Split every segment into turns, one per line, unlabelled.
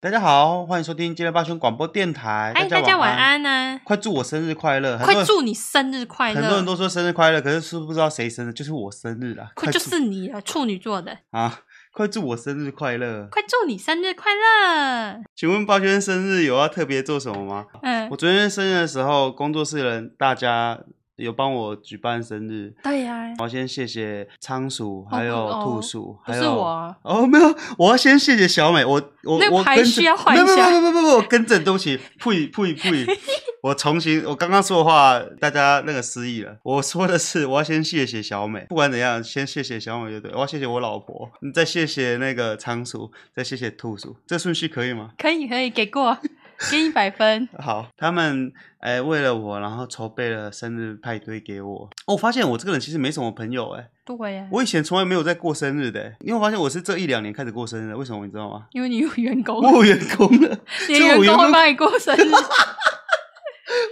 大家好，欢迎收听今天八兄广播电台。
哎，
家
大家晚
安！
安呢、
快祝我生日快乐！很多
快
人
祝你生日快乐！
很多人都说生日快乐，可是是不知道谁生日，就是我生日啦！
快就
祝
是你啊，处女座的，
啊，快祝我生日快乐！
快祝你生日快乐！
请问八轩生日有要特别做什么吗？
嗯
我，昨天生日的时候，工作室人大家有帮我举办生日，
对啊呀、
我要先谢谢仓鼠，还有
哦
兔鼠，
不
还
是
有
我。啊，
哦，没有，我要先谢谢小美，我我
那个
我
牌
跟
需
着
要换
没有
一下
没有没有没有没有，我更正，对不起，呸呸 呸，我重新，我刚刚说的话大家那个失忆了，我说的是我要先谢谢小美，不管怎样，先谢谢小美就对，我要谢谢我老婆，你再谢谢那个仓鼠，再谢谢兔鼠，这顺序可以吗？
可以可以，给过，给一百分。
好，他们哎、为了我，然后筹备了生日派对给我。哦，我发现我这个人其实没什么朋友哎、
对啊呀、
我以前从来没有在过生日的、哎因为我发现我是这一两年开始过生日的，为什么你知道吗？
因为你有员工，
我有员工 了，
你的
这我员
员工
工
会帮你过生 日，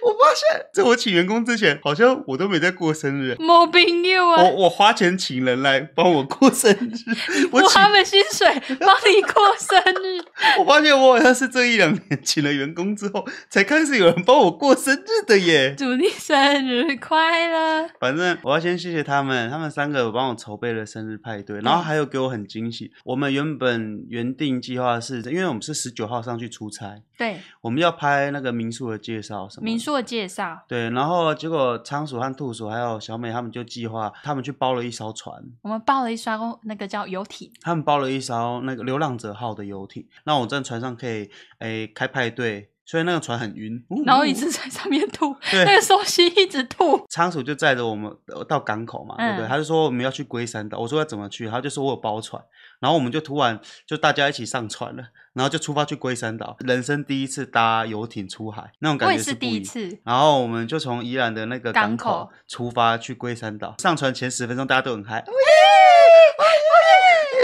我发现在我请员工之前，好像我都没在过生日。
没朋友啊，
我我花钱请人来帮我过生 日，我
付
请
他们薪水帮你过生日，
我发现我好像是这一两年请了员工之后，才开始有人帮我过生日的耶。
祝你生日快乐！
反正我要先谢谢他们，他们三个有帮我筹备了生日派对，
嗯
然后还有给我很惊喜。我们原本原定计划是，因为我们是十九号上去出差，
对，
我们要拍那个民宿的介绍什么的
民宿的介绍，
对，然后结果仓鼠和兔鼠还有小美他们就计划，他们去包了一艘船，
我们报了一双公那个叫游艇，
他们包了一艘那个流浪者号的游艇，让我在船上可以诶开派对，虽然那个船很晕，呜
然后一直在上面吐，那
对。
个寿星一直吐，
仓鼠就载着我们呃到港口嘛，对不对？
嗯
他就说我们要去龟山岛，我说要怎么去，他就说我有包船，然后我们就突然就大家一起上船了，然后就出发去龟山岛，人生第一次搭游艇出海，那种感
我
觉
也是
不
第一
样
次。
然后我们就从宜兰的那个港
港口
口出发去龟山岛，上船前十分钟大家都很嗨，哦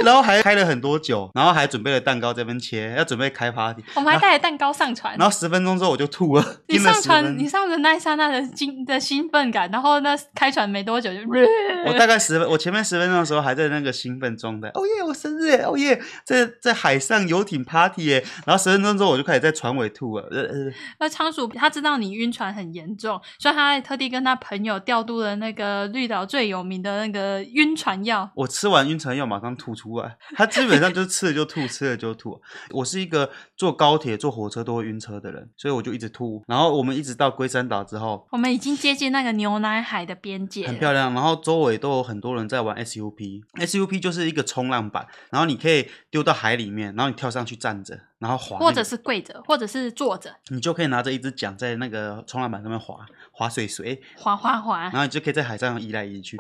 然后还开了很多酒，然后还准备了蛋糕这边切，要准备开 party。
我们还带了蛋糕上船
然。后十分钟之后我就吐了，
你
晕了
上
10分
船，你上船那一刹那的惊的兴奋感，然后那开船没多久就，
我大概十分，我前面十分钟的时候还在那个兴奋状态，哦耶，我生日耶，哦耶，在在海上游艇 party 耶。然后十分钟之后我就开始在船尾吐了，呃呃，
那仓鼠他知道你晕船很严重，所以他还特地跟他朋友调度了那个绿岛最有名的那个晕船药。
我吃完晕船药马上吐出来，他基本上就是吃了就吐，吃了就吐。我是一个坐高铁、坐火车都会晕车的人，所以我就一直吐。然后我们一直到龟山岛之后，
我们已经接近那个牛奶海的边界了，
很漂亮，然后周围都有很多人在玩 SUP。SUP 就是一个冲浪板，然后你可以丢到海里面，然后你跳上去站着，然后滑那个、
或者是跪着，或者是坐着，
你就可以拿着一只桨在那个冲浪板上面滑滑水水，
滑滑滑
然。后你就可以在海上移来移去。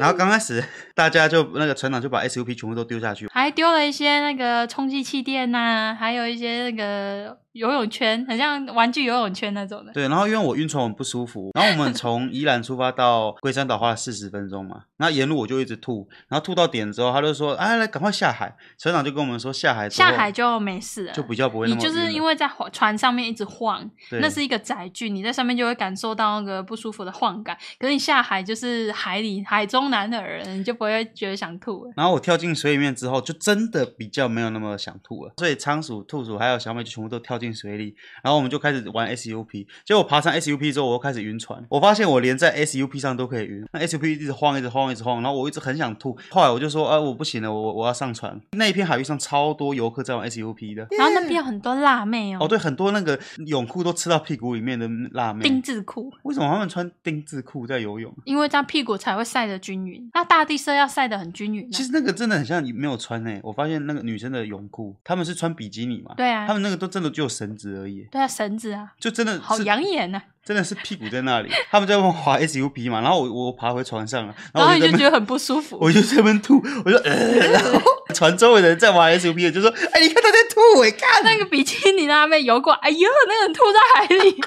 然后刚开始大家就那个船长就把 SUP 全部都丢下去，
还丢了一些那个充气气垫呐、还有一些那个游泳圈，很像玩具游泳圈那种的。
对，然后因为我晕船，我很不舒服。然后我们从宜兰出发到龟山岛花了四十分钟嘛，那沿路我就一直吐，然后吐到点之后，他就说：“哎，来，赶快下海。”船长就跟我们说，下海之
下
后
海就没事了，
就比较不会那
你
么
就是因
为
为在晃船上面一直晃，
对
那是一个载具，你在上面就会感受到那个不舒服的晃感。可是你下海就是海里海中男儿，你就不会觉得想吐了。
然后我跳进水里面之后，就真的比较没有那么想吐了。所以仓鼠、兔鼠还有小美就全部都跳进水里，然后我们就开始玩 SUP。结果爬上 SUP 之后，我又开始晕船。我发现我连在 SUP 上都可以晕，那 SUP 一直晃，一直晃，一直晃，然后我一直很想吐。后来我就说，啊，我不行了，我我要上船。那一片海域上超多游客在玩 SUP 的。
然后那边有很多辣妹
哦，对，很多那个泳裤都吃到屁股里面的辣
丁
妹，
字裤，
为什么他们穿丁字裤在游泳？
因为这样屁股才会晒得均匀。那大地色要晒得很均匀、啊
其。实那个真的很像没有穿欸诶、我发现那个女生的泳裤，她们是穿比基尼嘛，
对啊
他，们那个都真的只有绳子而已，
对啊，绳子啊，
就真的
好
是
养眼啊呐、
真的是屁股在那里。他们在那滑 SUP 嘛，然后我我爬回船上了，
然
后
后
我
你
就在
就
那
觉
边
得很不舒服。
我就在那边吐，我就呃， 然后船周围的人在玩 SUP 的就说：“哎、你看他在吐、哎，看，
那个比基尼辣妹游过来，哎呦，那个人吐在海 里。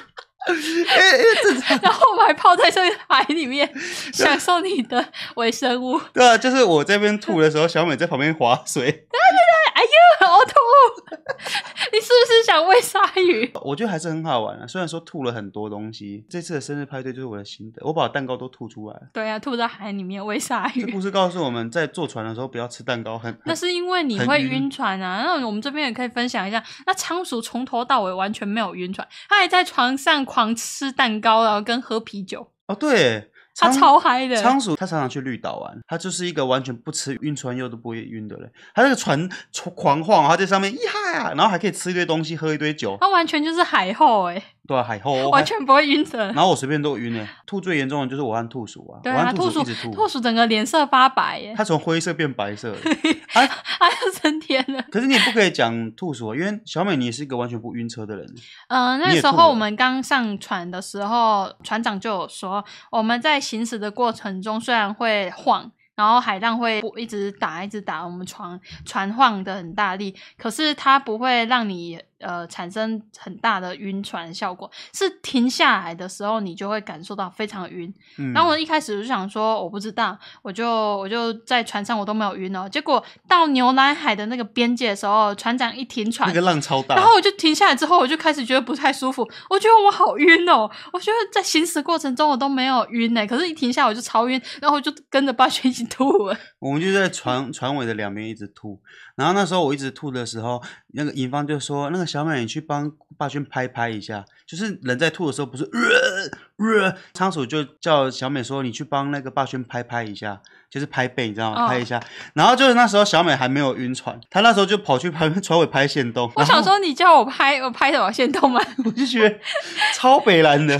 哎、哎这
然后我们还泡在这个海 里面，享受你的微生物。
对啊，就是 我这边吐的时候，小美在旁边划水，
呕吐，你是不是想喂鲨鱼？
我觉得还是很好玩啊。虽然说吐了很多东西，这次的生日派对就是我的心得，我把蛋糕都吐出来了。
对啊，吐到海里面喂鲨
这
鱼，
故事告诉我们在坐船的时候不要吃蛋糕，很
那是因为你
很
会
晕
晕船啊。那我们这边也可以分享一下，那仓鼠从头到尾完全没有晕船，它还在床上狂吃蛋糕，然后跟喝啤酒，
哦对，
它
仓
超嗨的。
仓鼠它常常去绿岛玩，它就是一个完全不吃晕船药都不会晕的人。它那个船狂晃，它在上面呀，然后还可以吃一堆东西，喝一堆酒，
它完全就是海后哎、
对啊，海后
完。全不会晕船。
然后我随便都晕了，吐最严重的就是我和兔鼠啊，
对
我
啊，
和
兔
鼠
鼠
一直吐，
兔鼠整个脸色发白耶，
它从灰色变白 色了。啊，
它要升天了。
可是你也不可以讲兔鼠啊，因为小美你也是一个完全不晕车的人。
嗯，
你
那
也
时
吐了
候我们刚上船的时候，船长就有说，我们在行驶的过程中虽然会晃，然后海浪会不一直打，一直打，我们船船晃的很大力，可是它不会让你呃产生很大的晕船效果，是停下来的时候你就会感受到非常晕。
嗯，
然后我一开始就想说我不知道，我就我就在船上我都没有晕哦，结果到牛奶海的那个边界的时候，船长一停船
那个。浪超大，
然后我就停下来之后，我就开始觉得不太舒服，我觉得我好晕哦，我觉得在行驶过程中我都没有晕呢、可是一停下来我就超晕，然后我就跟着霸轩一起吐 了。
我们就在船船尾的两边一直吐，然后那时候我一直吐的时候，那个尹芳就说：“那个小美，你去帮霸轩拍拍一下，就是人在吐的时候不是呃呃，仓鼠就叫小美说你去帮那个霸轩拍拍一下，就是拍背，你知道吗？
哦
拍一下。然后就是那时候小美还没有晕船，她那时候就跑去旁边船尾拍线洞，
我
然后
想说你叫我拍，我拍的我先动吗？
我就觉得超北蓝的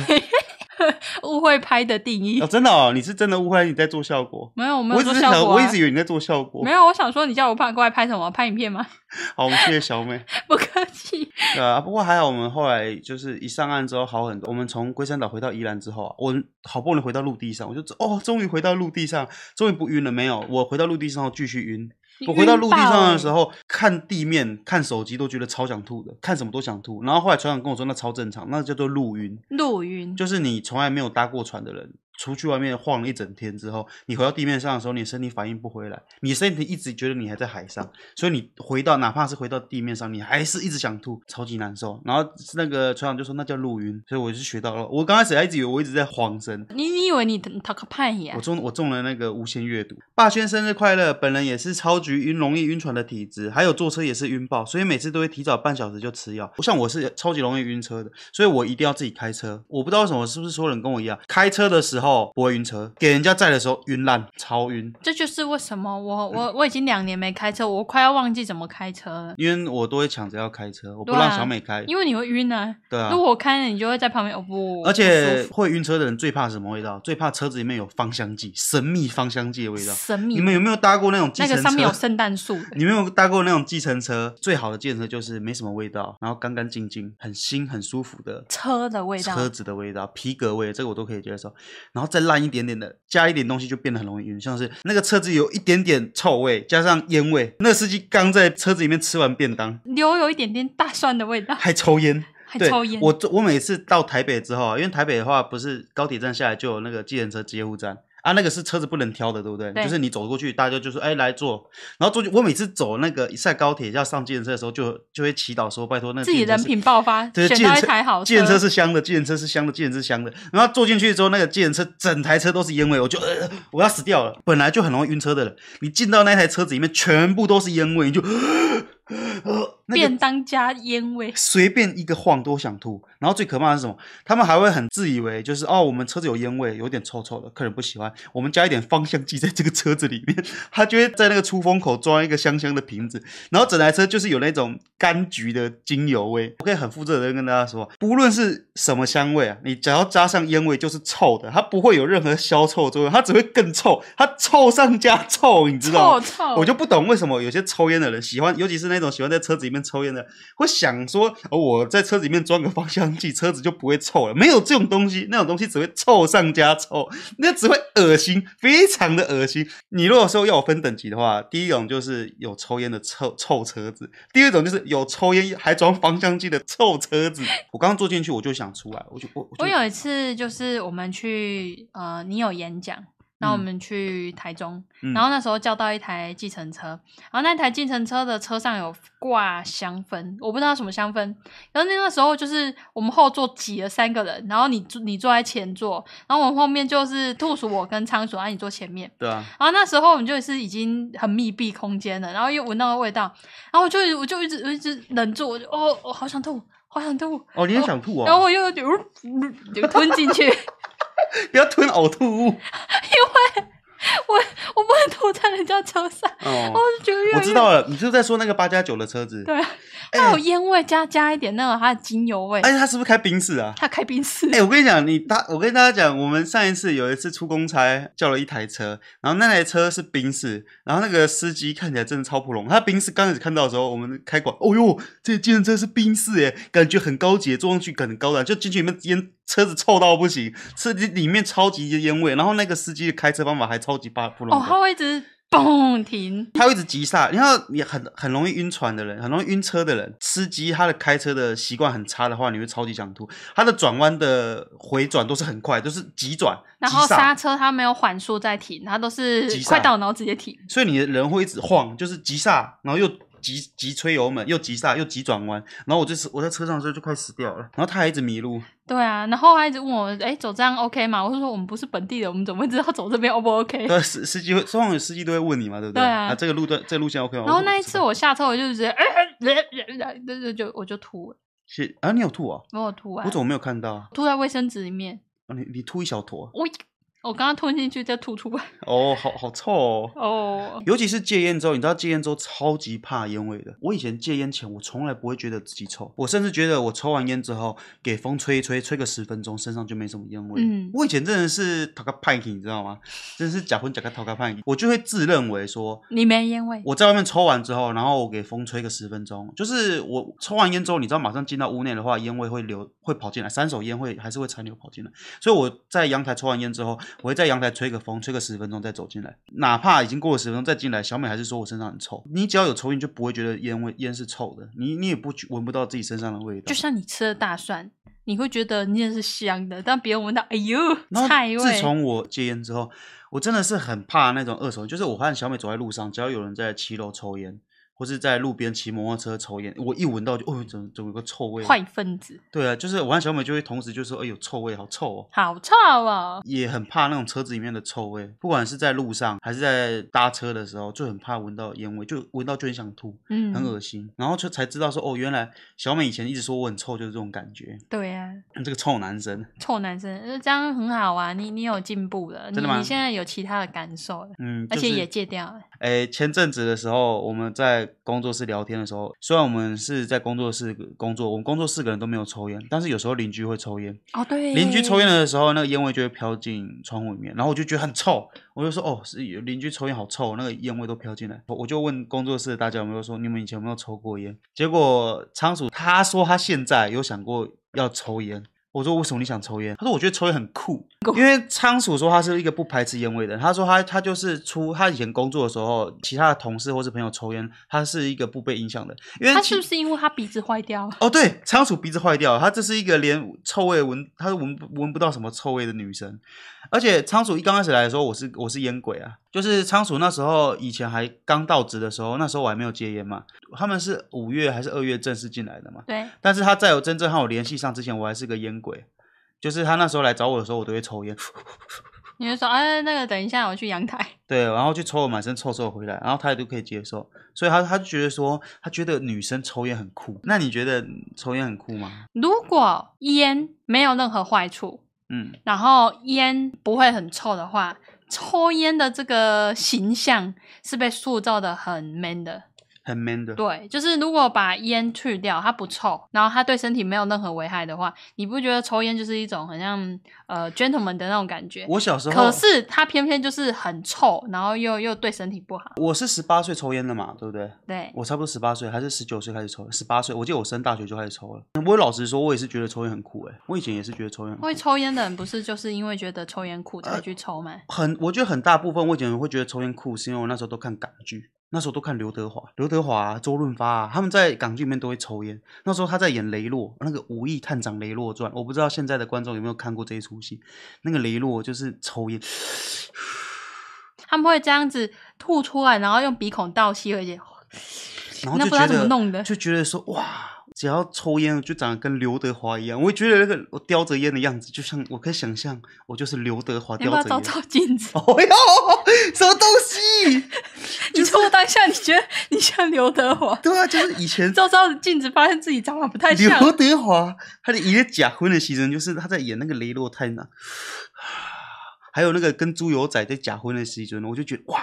误会拍的定义
哦，，真的哦，你是真的误会你在做效果。”
没有，我没
我
有
一
做
直在
效
想，
果、啊。
我一直以为你在做效果
没。有，我想说你叫我拍过来拍什么？拍影片吗？
好，我们谢谢小美。
不客气。
对啊，不过还好，我们后来就是一上岸之后好很多。我们从龟山岛回到宜兰之后啊，我好不容易回到陆地上，我就哦，终于回到陆地上，终于不晕了。没有，我回到陆地上后继续晕。我回到陆地上的时
候，
候，看地面、看手机都觉得超想吐的，看什么都想吐。然后后来船长跟我说，那超正常，那叫做陆晕，
陆晕
就是你从来没有搭过船的人。出去外面晃了一整天之后，你回到地面上的时候，你身体反应不回来，你身体一直觉得你还在海上，所以你回到哪怕是回到地面上，你还是一直想吐，超级难受。然后那个船长就说那叫陆晕，所以我就学到了。我刚开始还一直以为我一直在晃神，
你你以为你讨个叛呀
我？中我中了那个无限阅读。霸轩生日快乐！本人也是超级晕，容易晕船的体质，还有坐车也是晕爆，所以每次都会提早半小时就吃药。像我是超级容易晕车的，所以我一定要自己开车。我不知道为什么是不是所有人跟我一样，开车的时候不会晕车，给人家载的时候晕烂，超晕。
这就是为什么我我我已经两年没开车，我快要忘记怎么开车了，
因为我都会抢着要开车，我不
对啊
让小美开。
因为你会晕啊。
对啊
如，果我开了，你就会在旁边哦不，
而且
不舒
会晕车的人最怕什么味道？最怕车子里面有芳香剂，神秘芳香剂的味
服
道。
神
你
秘。
们有没有搭过那种计
那
程车？
个上面有圣诞树的，
你没有搭过那种计程车？最好的计程车就是没什么味道，然后干干净净，很新很舒服的
车的味道，
车子的味道、皮革味，这个我都可以接受。然后再烂一点点的，加一点东西就变得很容易晕，像是那个车子有一点点臭味，加上烟味，那个司机刚在车子里面吃完便当，
留有一点点大蒜的味道，
还抽烟。
还
对
抽烟。
我我每次到台北之后啊，因为台北的话不是高铁站下来就有那个计程车接护站啊，那个是车子不能挑的，对不对？
对
就是你走过去，大家就说哎来坐，然后坐进。我每次走那个一下高铁要上计程车的时候，就就会祈祷说拜托那个
自己
计程车
人
是
品爆发，
对，
选
计
到
程
一
车
台好
计程车是香的，计程车是香的，计程车是香的。然后坐进去之后，那个计程车整台车都是烟味，我就呃，我要死掉了。本来就很容易晕车的人，你进到那台车子里面，全部都是烟味，你就呃呃，那个
便当加烟味，
随便一个晃都想吐。然后最可怕的是什么？他们还会很自以为就是哦，我们车子有烟味，有点臭臭的，客人不喜欢，我们加一点芳香剂在这个车子里面， 他就会在那个出风口装一个香香的瓶子，然后整台车就是有那种柑橘的精油味。我可以很负责任地跟大家说，不论是什么香味啊，你只要加上烟味就是臭的，它不会有任何消臭作用，它只会更臭，它臭上加臭，你知道吗？
臭臭。
我就不懂为什么有些抽烟的人喜欢，尤其是那种喜欢在车子里面抽烟的，会想说，哦，我在车子里面装个芳香剂，车子就不会臭了。没有这种东西，那种东西只会臭上加臭，那只会恶心，非常的恶心。你如果说要我分等级的话，第一种就是有抽烟的臭臭车子，第二种就是有抽烟还装芳香剂的臭车子。我刚坐进去我就想出来，我就我我就
我有一次就是我们去呃，你有演讲，然后我们去台中，
嗯
然后那时候叫到一台计程车，然后那台计程车的车上有挂香氛，我不知道什么香氛。然后那个时候就是我们后座挤了三个人，然后你坐你坐在前座，然后我们后面就是兔鼠我跟仓鼠，然后你坐前面。
对啊，
然后那时候我们就是已经很密闭空间了，然后又闻到味道，然后我就我就一直我一直忍住，我就哦，我好想吐，好想吐，
哦，你也想吐
然后
哦，
我又有点、呃呃就吞进 去，
不要吞呕吐物
我我不能吐在人家车上，然后
哦。
我就觉得越来
我
越
知道了，你就在说那个八加九的车子，
对啊，
哎
它有烟味加加一点那个它的精油味，
而哎且他是不是开宾士啊？
它开宾士，
哎、我跟你讲，你大，我跟大家讲，我们上一次有一次出公差，叫了一台车，然后那台车是宾士，然后那个司机看起来真的超普通。他宾士刚开始看到的时候，我们开馆，哦哟，这计程车是宾士耶，感觉很高级，坐上去感觉很高档，就进去里面烟车子臭到不行，车里里面超级烟味，然后那个司机的开车方法还超级巴普通的。
哦，它会一直嘣停，
他会一直急刹，然后你很很容易晕船的人，很容易晕车的人，司机他的开车的习惯很差的话，你会超级想吐。他的转弯的回转都是很快，都是急转、
然后
急
刹
刹，
车它没有缓速再停，它都是
急刹
快到然后直接停，
所以你的人会一直晃，就是急刹，然后又急急吹油门，又急刹，又急转弯。然后我就是我在车上的时候就快死掉了，然后他还一直迷 路。
对啊，然后他一直问我，哎，走这样 OK 吗？我就说我们不是本地人，我们怎么会知道走这边 O 不 OK？
对，啊司司机会，通常有司机都会问你嘛，对不对？
对啊
这个路段这个路线 OK 吗？
然后
我说
那一
不知
次
道
我下车，我就直接，呃呃呃呃就就就我就吐了，
是啊，你有吐啊？
没有吐啊
我，怎么没有看到？啊
吐在卫生纸里面，
你你吐一小坨
我我刚刚吞进去再吐出来，
哦，好好臭哦。
哦，
尤其是戒烟之后，你知道戒烟之后超级怕烟味的。我以前戒烟前，我从来不会觉得自己臭，我甚至觉得我抽完烟之后，给风吹一吹，吹个十分钟，身上就没什么烟味。
嗯
我以前真的是讨个叛逆，你知道吗？真的是假婚假个讨个叛逆，我就会自认为说。
你没烟味，
我在外面抽完之后，然后我给风吹个十分钟，就是我抽完烟之后，你知道马上进到屋内的话，烟味会流会跑进来，三手烟会还是会残留跑进来，所以我在阳台抽完烟之后，我会在阳台吹个风，吹个十分钟再走进来，哪怕已经过了十分钟再进来，小美还是说我身上很臭。你只要有抽烟，就不会觉得烟味烟是臭的，你你也不觉闻不到自己身上的味道
就。像你吃了大蒜，你会觉得你也是香的，但别人闻到，哎呦，
然后
菜味，
自从我戒烟之后，我真的是很怕那种二手烟，就是我和小美走在路上，只要有人在七楼抽烟，或是在路边骑摩托车抽烟，我一闻到就哦，怎么怎么有个臭味？
坏分子，
对啊，就是我和小美就会同时就说，哎呦，臭味好臭哦。
好臭啊、
也很怕那种车子里面的臭味，不管是在路上还是在搭车的时候，就很怕闻到烟味，就闻到就很想吐，
嗯，
很恶心。然后就才知道说，哦，原来小美以前一直说我很臭，就是这种感觉。
对呀、
这个臭男生，
臭男生，呃这样很好啊，你你有进步了，
真的吗
你你现在有其他的感受了，
嗯，
而
就是、
且也戒掉了，
诶，前阵子的时候，我们在工作室聊天的时候，虽然我们是在工作室工作，我们工作四个人都没有抽烟，但是有时候邻居会抽烟。
哦，对，
邻居抽烟的时候，那个烟味就会飘进窗户里面，然后我就觉得很臭，我就说哦，是有邻居抽烟好臭，那个烟味都飘进来。我我就问工作室的大家有没有说你们以前有没有抽过烟？结果仓鼠他说他现在有想过要抽烟。我说为什么你想抽烟？他说我觉得抽烟很 酷，因为仓鼠说他是一个不排斥烟味的人。他说他他就是出他以前工作的时候，其他的同事或是朋友抽烟，他是一个不被影响的。因为
他
其
是不是因为他鼻子坏掉了？
哦，对，仓鼠鼻子坏掉了，它这是一个连臭味闻，它闻不闻不到什么臭味的女生。而且仓鼠一刚开始来的时候，我是我是烟鬼啊，就是仓鼠那时候以前还刚到职的时候，那时候我还没有戒烟嘛。他们是五月还是二月正式进来的嘛？
对，
但 是他在有真正和我联系上之前，我还是个烟鬼。就是他那时候来找我的时候，我都会抽烟，
你就说，哎，那个等一下我去阳台，
对，然后去抽我满身臭臭回来，然后他也都可以接受，所以他他就觉得说，他觉得女生抽烟很酷。那你觉得抽烟很酷吗？
如果烟没有任何坏处，
嗯，
然后烟不会很臭的话，抽烟的这个形象是被塑造的很 man 的。
很 man 的。
对，就是如果把烟去掉，它不臭，然后它对身体没有任何危害的话，你不觉得抽烟就是一种很像呃 gentleman 的那种感觉？
我小时候，
可是它偏偏就是很臭，然后又又对身体不好。
我是十八岁抽烟的嘛，对不对？
对，
我差不多十八岁还是十九岁开始抽，十八岁，我记得我升大学就开始抽了。我老实说，我也是觉得抽烟很酷诶、我以前也是觉得抽烟很酷
会抽烟的人不是就是因为觉得抽烟苦才去抽吗？
很，我觉得很大部分我以前会觉得抽烟酷，是因为我那时候都看港剧，那时候都看刘德华、刘德华啊、周润发啊，他们在港剧里面都会抽烟。那时候他在演雷洛，那个《武义探长雷洛传》，我不知道现在的观众有没有看过这一出戏。那个雷洛就是抽烟，
他们会这样子吐出来，然后用鼻孔倒吸，而且
然后
那
就
不知
觉
道怎么
得
弄的
就觉得说哇，只要抽烟就长得跟刘德华一样，我觉得那个我叼着烟的样子，就像我可以想象，我就是刘德华
你要
叼
不
着
要照
烟。
照镜子？
哦哟，什么东西？
你说当下你觉得你像刘德华，
对啊，就是以前
照照镜子发现自己长得不太像，
刘德华，他的一个假婚的牺牲，就是他在演那个雷洛泰纳，还有那个跟猪油仔在假婚的牺牲，我就觉得哇，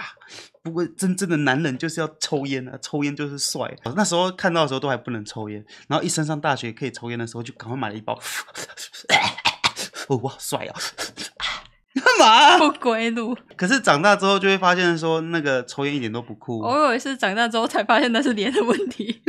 不过真正的男人就是要抽烟啊，抽烟就是帅、那时候看到的时候都还不能抽烟，然后一升上大学可以抽烟的时候，就赶快买了一包， 哦哇帅啊！ 干嘛、
不归路。
可是长大之后就会发现说，那个抽烟一点都不酷。
我以为是长大之后才发现那是脸的问题。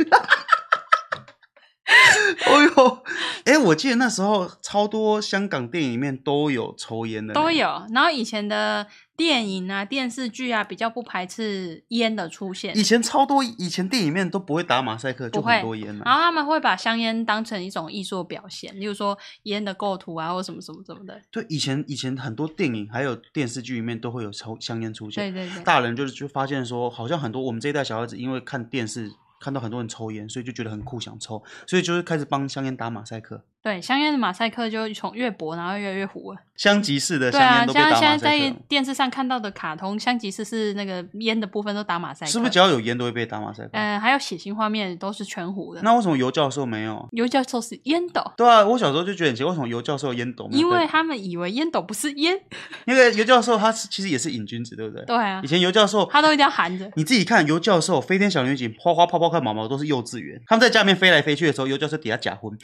哦呦，哎，我记得那时候超多香港电影里面都有抽烟的呢，
都有。然后以前的电影啊、电视剧啊，比较不排斥烟的出现
以，前超多，以前电影里面都不会打马赛克，就
不会
很多烟啊了。
然后他们会把香烟当成一种艺术表现，例如说烟的构图啊，或什么什么什么的。
对，以前以前很多电影还有电视剧里面都会有抽香烟出
对
现。
对对，
大人就是就发现说，好像很多我们这一代小孩子因为看电视看到很多人抽烟，所以就觉得很酷，想抽，所以就是开始帮香烟打马赛克。
对，香烟的马赛克就从越薄，然后越来越糊了。
香吉士的
对
香
啊，
烟都被
像
打马
现在
赛
在
克，
电视上看到的卡通，香吉士是那个烟的部分都打马赛克，
是不是只要有烟都会被打马赛克？
嗯、还有血腥画面都是全糊的。
那为什么尤教授没有？
尤教授是烟斗，
对啊，我小时候就觉得很奇怪，为什么尤教授烟斗没有
因
被
为他们以为烟斗不是烟。
因为尤教授他是其实也是瘾君子，对不对？
对啊
以，前尤教授
他都一定要含着。
你自己看尤教授、飞天小女警、花花泡泡看毛毛都是幼稚园，他们在家里面飞来飞去的时候，尤教授底下假婚。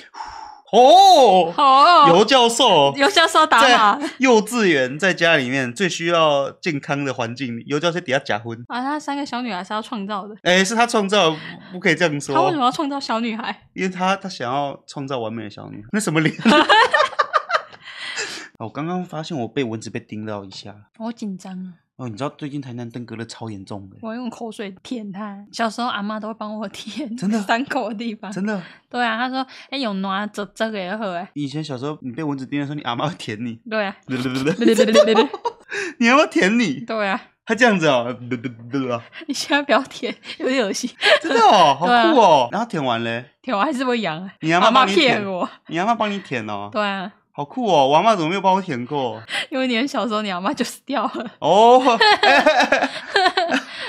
哦，
哦，
尤教授
有教授打
在
码
幼稚园在家里面最需要健康的环境，尤教授底下假婚。
啊！那三个小女孩是要创造的，
哎，是他创造，不可以这样
她为
说
什，么要创造小女孩？
因为他他想要创造完美的小女孩。那什么脸？ 我刚刚发现我被蚊子被叮到一下。
我紧张啊！
哦，你知道最近台南登革热超严重的，
我用口水舔它。小时候阿妈都会帮我舔，
真的
伤口的地方。
真的。
对啊，她说：“哎、有拿这这个也好哎。
以前小时候你被蚊子叮的时候，你阿妈会舔你”，
对啊，
你
对对对对对
阿妈舔 你，
对啊！
她这样子哦， 嘚嘚嘚嘚啊
你现在不要舔，有点恶心，
真的哦，好
对啊
酷哦。然后舔完嘞，
舔我还是会痒啊。
你阿嬷
阿
帮你
骗
舔
我，
你阿妈帮你舔哦，
对啊，
好酷哦。我阿妈怎么没有帮我舔过？
因为你很小时候，你阿妈就死掉了， 啊
哦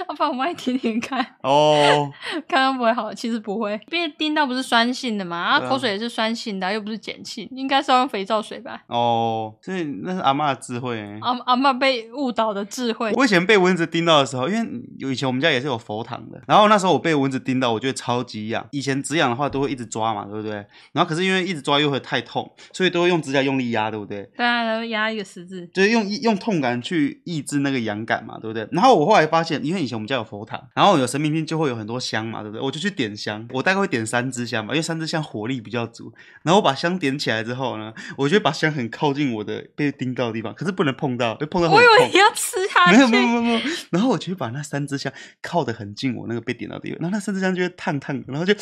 阿爸我妈也舔舔看。
哦，
刚刚不会好，其实不会，因为叮到不是酸性的嘛，啊，
对啊
口水也是酸性的啊，又不是碱性，应该是要用肥皂水吧？
哦，所以那是阿妈的智慧欸。
阿阿妈被误导的智慧，
我以前被蚊子叮到的时候，因为有以前我们家也是有佛堂的，然后那时候我被蚊子叮到，我觉得超级痒。以前止痒的话都会一直抓嘛，对不对？然后可是因为一直抓又会太痛，所以都会用指甲用力压，对不对？
对啊，然后压一个十字，
就是用用痛感去抑制那个痒感嘛，对不对？然后我后来发现，因为以前我们家有佛堂，然后有神明厅就会有很多香嘛，对不对？我就去点香，我大概会点三支香吧，因为三支香火力比较足。然后我把香点起来之后呢，我就会把香很靠近我的被叮到的地方，可是不能碰到，被碰到会
我以为
很
你
痛。
要吃下
没有没有
去，
没有没有，然后我就会把那三支香靠得很近我那个被点到的地方，然后那三支香就会烫烫的，然后就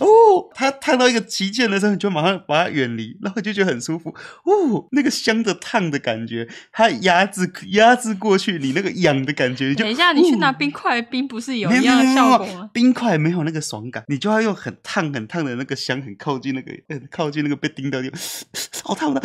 哦，它烫到一个极限的时候，你就马上把它远离，然后就觉得很舒服，哦，那个香的烫的感觉，它压制压制过去你那个痒的感觉，你就
等一下，你去拿
哦
冰块冰不是有
没
一样的
没
效
没
果
有
吗？
冰块没有那个爽感，你就要用很烫很烫的那个香，很靠近那个，呃靠近那个被叮到的地方，好烫的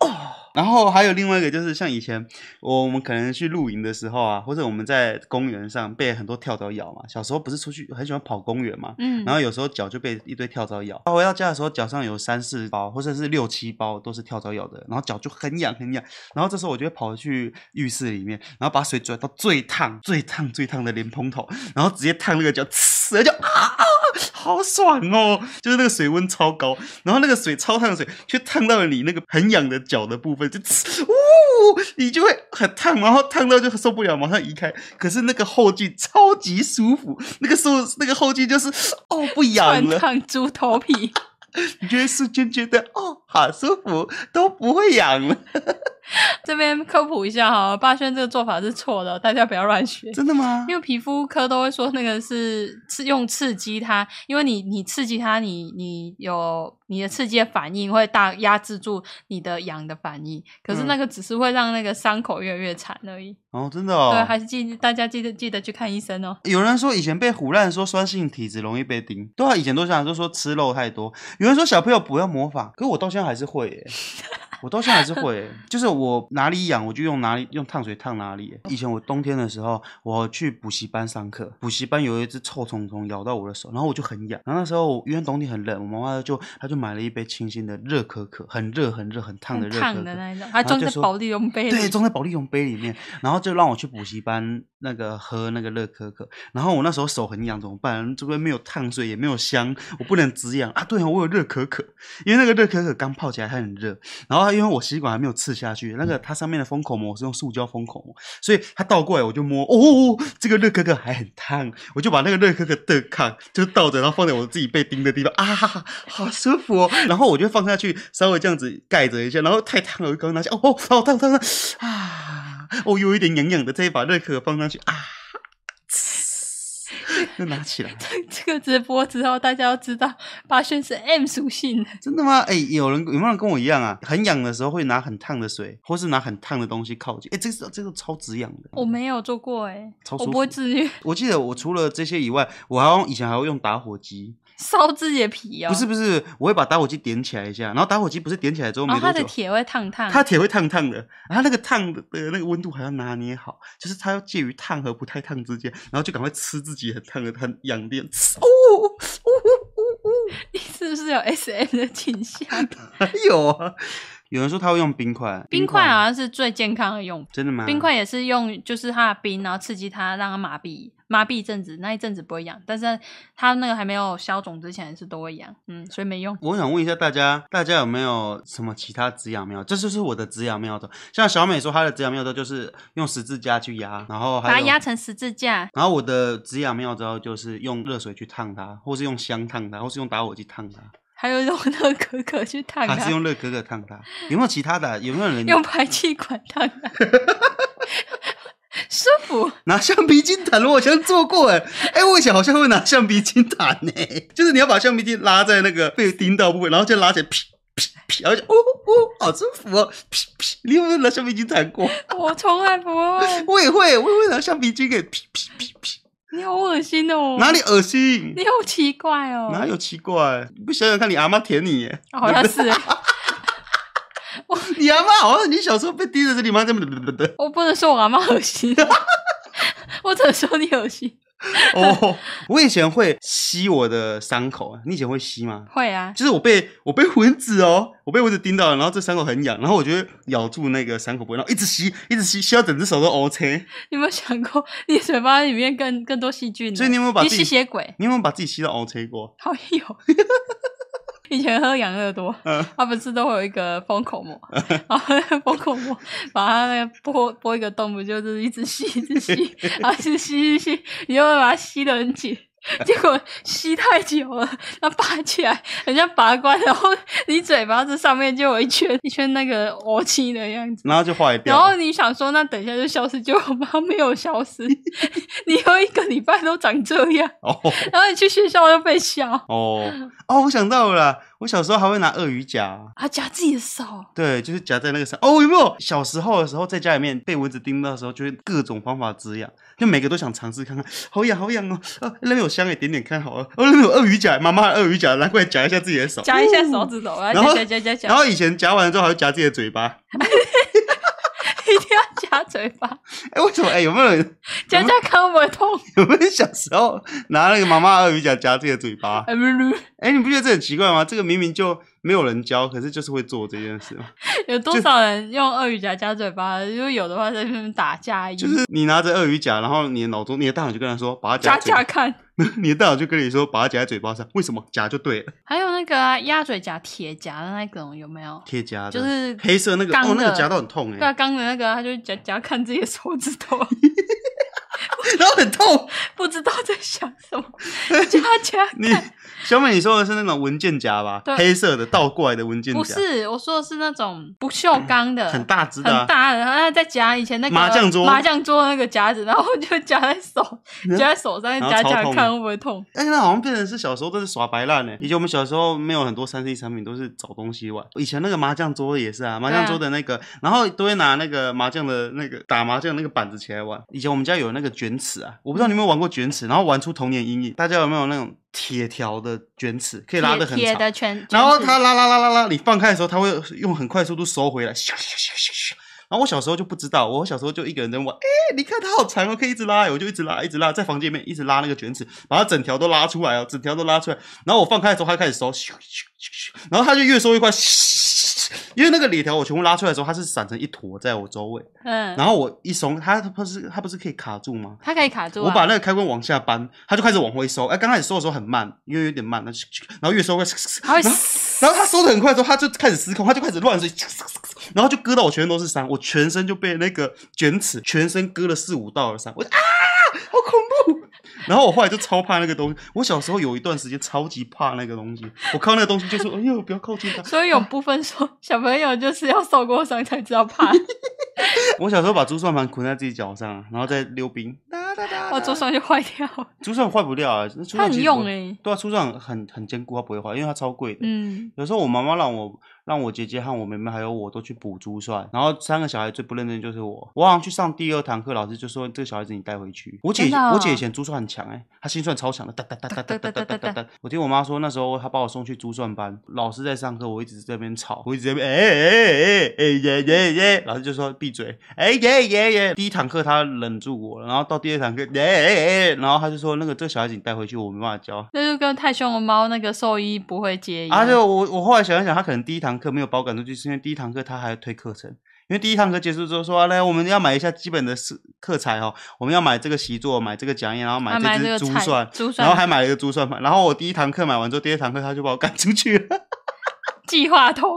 哦。然后还有另外一个就是像以前哦我我们可能去露营的时候啊，或者我们在公园上被很多跳蚤咬嘛。小时候不是出去很喜欢跑公园嘛，
嗯，
然后有时候脚就被一堆跳蚤咬，然后回到家的时候脚上有三四包或者是六七包都是跳蚤咬的，然后脚就很痒很痒，然后这时候我就会跑去浴室里面，然后把水转到最烫最烫最烫的莲蓬头，然后直接烫那个脚，呲然后就啊。好爽哦！就是那个水温超高，然后那个水超烫的水，却烫到了你那个很痒的脚的部分，就 呲呜，你就会很烫，然后烫到就受不了，马上移开。可是那个后劲超级舒服，那个时候那个后劲就是哦不痒
串
了，
烫猪头皮，
你就会瞬间觉得哦好舒服，都不会痒了。
这边科普一下哈，霸轩这个做法是错的，大家不要乱学。
真的吗
因？为皮肤科都会说那个是刺用刺激它，因为你你刺激它，你你有你的刺激的反应会大压制住你的痒的反应，可是
嗯
那个只是会让那个伤口越来越惨而已。
哦，真的哦。
对，还是记大家记得记得去看医生哦。
有人说以前被唬烂，说酸性体质容易被叮。对啊，以前都想说说吃肉太多。有人说小朋友不要模仿，可是我到现在还是会 耶、我到现在还是会耶、就是我哪里痒我就用哪里用烫水烫哪里耶、以前我冬天的时候，我去补习班上课，补习班有一只臭虫虫咬到我的手，然后我就很痒。然后那时候我因为冬天很冷，我妈妈就她就买了一杯清新的热可可，很热很热很烫的
很
热可
烫
可
的，那一种，
然
还
后
装
就
在
说
保利龙杯
对，
里。
装在保利龙杯里面，然后就让我去补习班那个喝那个热可可，然后我那时候手很痒，怎么办？这边没有烫水，也没有香，我不能止痒啊！对啊，我有热可可，因为那个热可可刚泡起来它很热，然后因为我吸管还没有刺下去，那个它上面的封口膜我是用塑胶封口膜，所以它倒过来我就摸，哦，这个热可可还很烫，我就把那个热可可的抗就倒着，然后放在我自己被叮的地方啊，好舒服哦。 然后我就放下去，稍微这样子盖着一下，然后太烫了，我就刚拿下，哦哦，好烫烫烫啊，哦，有一点痒痒的，再把热可可放上去 啊，又拿起来。
这个直播之后，大家要知道霸轩是 M 属性的，
真的吗？哎、有人有没有人跟我一样啊？很痒的时候会拿很烫的水，或是拿很烫的东西靠近。哎、这个这个超止痒的。
我没有做过哎、
超
我
舒
不会
服
自虐，
我记得我除了这些以外，我好像以前还会用打火机，
烧自己的皮哦。
不是，不是，我会把打火机点起来一下，然后打火机不是点起来之后没
然后
多
它哦的
久，
铁会烫烫。
它铁会烫烫的，然后那个烫的呃那个温度还要拿捏好，就是它要介于烫和不太烫之间，然后就赶快吃自己很烫的很痒的，哦，
你是不是有 S M 的倾向？
还有啊，有人说他会用冰块，嗯
冰块好像是最健康的用法。
真的吗？
冰块也是用，就是它的冰，然后刺激它，让它麻痹，麻痹一阵子，那一阵子不会痒，但是它那个还没有消肿之前是都会痒，嗯，所以没用。
我想问一下大家，大家有没有什么其他止痒妙？这就是我的止痒妙招。像小美说她的止痒妙招就是用十字架去压，然后
把它
还有
压成十字架，
然后我的止痒妙招就是用热水去烫它，或是用香烫它，或是用打火机烫它，
还有用那个可可去烫
还是
它，
用热可可烫它？有没有其他的啊？有没有人
用排气管烫它， 舒服。
拿橡皮筋弹？我好像做过哎、哎、我以前好像会拿橡皮筋弹呢、就是你要把橡皮筋拉在那个被叮到部位，然后就拉起来，噼噼噼，然后就哦哦，好舒服哦，噼噼。你有没有拿橡皮筋弹过？
我从来不会，
我也会，我也会拿橡皮筋给劈劈劈劈，
你好恶心哦，
哪里恶心？
你好奇怪哦，
哪有奇怪？你不想想看，你阿妈舔你耶，
哦？好像是，
你阿妈好像你小时候被滴在这里吗？这么的的的
我不能说我阿妈恶心， 我只能说你恶心。
哦，我以前会吸我的伤口啊，你以前会吸吗？
会啊，
就是我被我被蚊子哦，我被蚊子叮到了，然后这伤口很痒，然后我就会咬住那个伤口部位，然后一直吸，一直吸，吸到整只手都 O K。
你有没有想过，你嘴巴里面更更多细菌呢？
所以你有没有把
你
自己
吸血鬼？
你有没有把自己吸到 O K 过？
好有。以前喝养乐多，
嗯
它不是都会有一个封口膜，然后那个封口膜把它那个拨拨一个洞，不就是一直吸一直吸，然后一直吸一直吸，你就会把它吸得很紧。结果吸太久了，它拔起来很像拔罐，然后你嘴巴这上面就有一圈一圈那个鹅青的样子。
然后就坏掉
然
了。
后你想说，那等一下就消失，结果它没有消失， 你有一个礼拜都长这样，
哦
然后你去学校就被笑
哦哦，我想到了啦，我小时候还会拿鳄鱼夹。
啊，夹自己的手，
对，就是夹在那个上。哦，有没有小时候的时候在家里面被蚊子叮到的时候，就会各种方法止痒，就每个都想尝试看看，好痒好痒哦！啊，那边有香也点点看好了，哦，那边有鳄鱼夹，妈妈的鳄鱼夹，拿过来夹一下自己的手，
夹一下
嗯
手。指头，然
然
后
后
夹夹夹夹
然
夹，
后以前夹完了之后还会夹自己的嘴巴，
一定要夹嘴巴，
哎， 为什么？哎，有没有人
夹夹看会不会痛？
有没有人小时候拿那个妈妈的鳄鱼夹夹自己的嘴巴？
哎噜噜
哎，你不觉得这很奇怪吗？这个明明就没有人教，可是就是会做这件事 吗？
有多少人用鳄鱼夹夹嘴巴？如果有的话，在那边打架，
就是你拿着鳄鱼夹，然后你的脑中你的大脑就跟他说，把它夹
夹
在嘴巴
夹看。
你的大脑就跟你说，把它夹在嘴巴上，为什么夹就对了？
还有那个啊鸭嘴夹、铁夹的那种有没有？
贴夹的，
就是
黑色那个，
钢
哦，那个
的
夹到很痛哎、
对啊，刚的那个啊，他就夹夹看自己的手指头，
然后很痛。
不知道在想什么，夹夹
你小美，你说的是那种文件夹吧？
对
黑色的倒过来的文件夹，
不是，我说的是那种不锈钢的，
很大只的啊、
很大的，然后再夹以前那个
麻将桌嗯
麻将桌那个夹子，然后我就夹在手，夹在手上，
后
夹
超
夹
痛
看会不会痛。
哎、那好像变成是小时候都是耍白烂呢、以前我们小时候没有很多三 C 产品，都是找东西玩。以前那个麻将桌也是啊，麻将桌的那个，然后都会拿那个麻将的那个打麻将的那个板子起来玩。以前我们家有那个卷尺啊，我不知道你有没有玩过卷尺，然后玩出童年阴影。大家有没有那种铁条的卷尺，可以拉
铁
得很
铁
长？
的全，
然后
全
它
是
拉拉拉拉拉，你放开的时候，它会用很快速度收回来。咻咻咻咻咻然后我小时候就不知道，我小时候就一个人在玩，哎、你看它好长哦，可以一直拉，我就一直拉，一直拉，在房间里面一直拉那个卷尺，把它整条都拉出来哦，整条都拉出来。然后我放开的时候，它开始收，咻咻咻咻，然后它就越收越快，咻咻咻咻因为那个铁条我全部拉出来的时候，它是散成一坨在我周围，
嗯，
然后我一松，它它不是它不是可以卡住吗？
它可以卡住、啊。
我把那个开关往下扳，它就开始往回收。哎，刚开始收的时候很慢，因为有点慢，那然后越收越，
它会
然后
嘶
然后他收的很快之后，他就开始失控，他就开始乱睡，然后就割到我全身都是伤，我全身就被那个卷尺全身割了四五道的伤，我就啊，好恐怖！然后我后来就超怕那个东西，我小时候有一段时间超级怕那个东西，我看到那个东西就说，哎呦，不要靠近它。
所以有部分说小朋友就是要受过伤才知 道怕。
我小时候把珠算盘捆在自己脚上，然后再溜冰，哒哒哒
我桌上就坏掉了。
珠算坏不掉啊，那珠
它
算
很
其实
用
不
哎、
会对啊，珠算很很坚固，它不会坏，因为它超贵的。
嗯，
有时候我妈妈让我、让我姐姐和我妹妹还有我都去补珠算，然后三个小孩最不认真就是我。我好像去上第二堂课，老师就说这个小孩子你带回去。我姐、
真的哦
我姐以前珠算很强哎、她心算超强的，哒哒哒哒哒哒哒哒哒哒。我听我妈说那时候她把我送去珠算班，老师在上课，我一直在那边吵，我一直在那边哎哎哎哎耶耶耶，老师就说闭嘴，哎耶耶耶。第一堂课她忍住我了，然后到第二堂课耶哎哎，然后她就说那个这个小孩子你带回去，我没办法教。
那就跟太凶的猫那个兽医不会接一样。
啊，就我我后来想一想，他可能第一堂课没有包赶出去，是因为第一堂课他还要推课程。因为第一堂课结束之后说，啊来我们要买一下基本的是课材哦，我们要买这个习作，买这个讲义，然后
还买这
这
个
只珠
菜
算，
珠算，
然后还买了一个珠算盘。然后我第一堂课买完之后，第二堂课他就把我赶出去了。
计划通。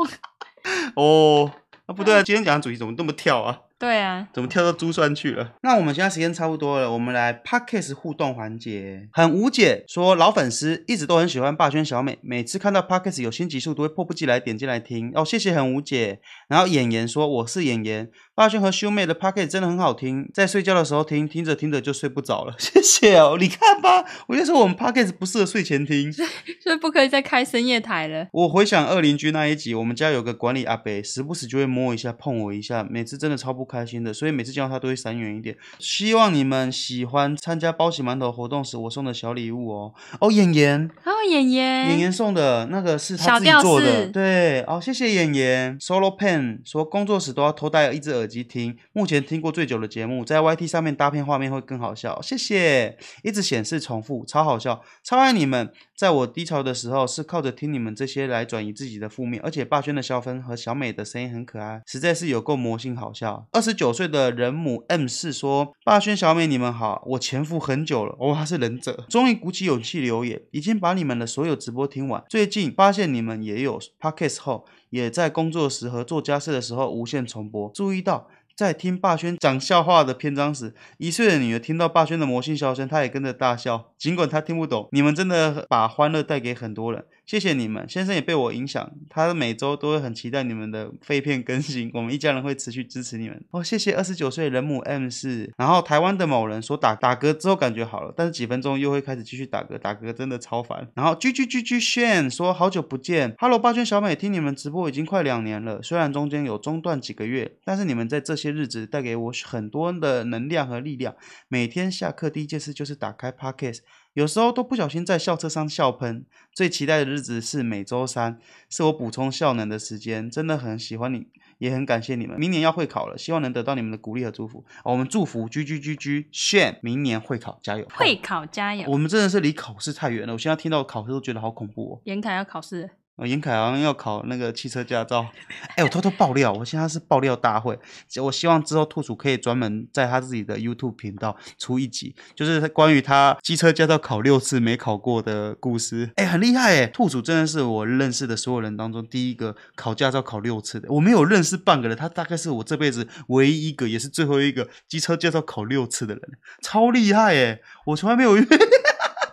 哦，啊不对
嗯
啊，今天讲的主题怎么这么跳啊？
对啊，
怎么跳到珠算去了？那我们现在时间差不多了，我们来 podcast 互动环节。很无解说老粉丝一直都很喜欢霸轩小美，每次看到 podcast 有新集数都会迫不及待点进来听。哦，谢谢很无解。然后演员说我是演员，霸轩和修妹的 podcast 真的很好听，在睡觉的时候听，听着听着就睡不着了。 谢谢哦，你看吧，我就说我们 podcast 不适合睡前听。
所以不可以再开深夜台了。
我回想二邻居那一集，我们家有个管理阿伯，时不时就会摸一下、碰我一下，每次真的超不开心的，所以每次见到他都会闪远一点。希望你们喜欢参加包喜馒头活动时我送的小礼物哦。哦，演员，
然后演
演
员，
员送的那个是他
嗯小
自己
吊
做的，
饰
对，哦，谢谢演员。Solo Pen 说工作时都要偷戴一只耳机听，目前听过最久的节目，在 YT 上面搭配画面会更好笑，谢谢。一直显示重复，超好笑，超爱你们。在我低潮的时候，是靠着听你们这些来转移自己的负面，而且霸轩的笑声和小美的声音很可爱，实在是有够魔性好笑。二十九岁的人母 M 是说，霸轩小美你们好，我潜伏很久了，哦，他是忍者，终于鼓起勇气留言，已经把你们的所有直播听完，最近发现你们也有 podcast 后，也在工作时和做家事的时候无限重播，注意到。在听霸轩讲笑话的篇章时，一岁的女儿听到霸轩的魔性笑声，她也跟着大笑，尽管她听不懂。你们真的把欢乐带给很多人，谢谢你们。先生也被我影响，他每周都会很期待你们的废片更新。我们一家人会持续支持你们。哦，谢谢二十九岁人母 M 四。然后台湾的某人说打打嗝之后感觉好了，但是几分钟又会开始继续打嗝，打嗝真的超烦。然后 G G G G 炫说好久不见，Hello 霸轩小美，听你们直播已经快两年了，虽然中间有中断几个月，但是你们在这些日子带给我很多的能量和力量。每天下课第一件事就是打开 Podcast，有时候都不小心在校车上笑喷。最期待的日子是每周三，是我补充效能的时间。真的很喜欢你，也很感谢你们。明年要会考了，希望能得到你们的鼓励和祝福。哦、我们祝福 G G G G 炫，明年会考加油！
会考加
哦，我
油，
们真的是离考试太远了。我现在听到考试都觉得好恐怖哦。
严凯要考试了，
哦，严凯好像要考那个汽车驾照。哎、我偷偷爆料，我现在是爆料大会。我希望之后兔鼠可以专门在他自己的 YouTube 频道出一集，就是关于他机车驾照考六次没考过的故事。哎、很厉害哎！兔鼠真的是我认识的所有人当中第一个考驾照考六次的，我没有认识半个人，他大概是我这辈子唯一一个，也是最 后一个机车驾照考六次的人，超厉害哎！我从来没有遇。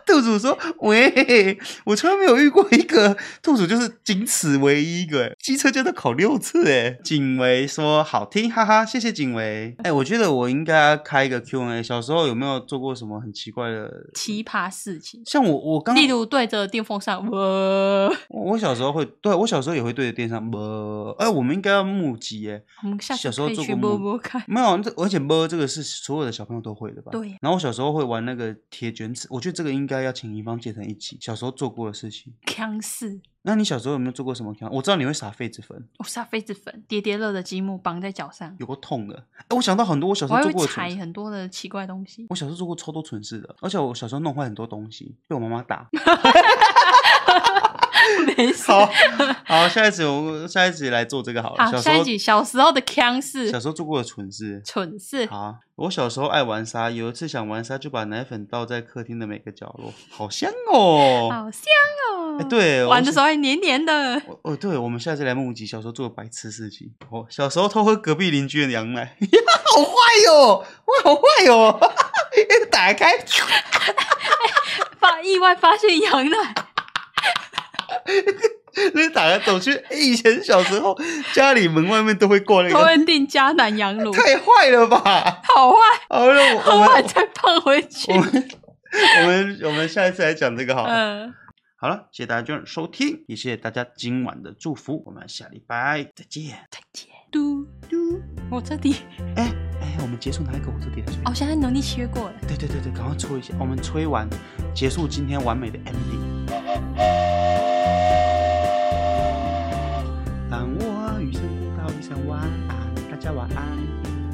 兔兔鼠说：“喂，我从来没有遇过一个兔鼠，就是仅此唯一一个欸。机车就都考六次哎。”景维说：“好听，哈哈，谢谢景维。”哎，我觉得我应该要开一个 Q&A。小时候有没有做过什么很奇怪的？
奇葩事情，
像我，我刚
例如对着电风扇，我
我我小时候会，对我小时候也会对着电扇摸。哎，我们应该要募集哎。
我们下
小
次
时候
可以
做
去
过
摸
梦
摸看。
没有，这而且呃摸这个是所有的小朋友都会的吧？
对
然后我小时候会玩那个铁卷尺，我觉得这个应该要请怡芳剪成一集小时候做过的事情。
康氏，
那你小时候有没有做过什么调？我知道你会撒痱子粉，
我撒痱子粉，叠叠乐的积木绑在脚上，
有过痛的。哎，我想到很多我小时
我
候
还
做
会
过的蠢
踩
事，
很多的奇怪 东西。
我小时候做过超多蠢事的，而且我小时候弄坏很多东西，被我妈妈 打。
没事。
好，好，下一集我们下一集来做这个好了。
好，
小时
下一
候
集小时候的腔是
小时候做过的蠢事。
蠢事，
好啊，我小时候爱玩沙，有一次想玩沙，就把奶粉倒在客厅的每个角落，好香哦！
好香哦
哎、。对，
玩的
我
时候还黏黏的。
我哦，对，我们下次来募集小时候做的白痴事情。哦，小时候偷喝隔壁邻居的羊奶， 好坏哟、哇，好坏哟、 打开，
发意外发现 羊奶，
那打开走去。哎以前小时候家里门外面都会挂那
头
个，
文定迦南羊 乳，
太坏了吧？
好坏，
好了，我
喝
我
完
们
再放回去
我。们我们我们下一次来讲这个好了。
嗯，
好了，谢谢大家的收听，也谢谢大家今晚的祝福，我们下礼拜再见。
嘟嘟，我这里，
哎哎，我们结束哪一个？我这里来吹。
哦，现在农历七月过了。
对对对对，赶快吹一下，我们吹完结束今天完美的 ending。当我余生到一生晚安，大家晚安。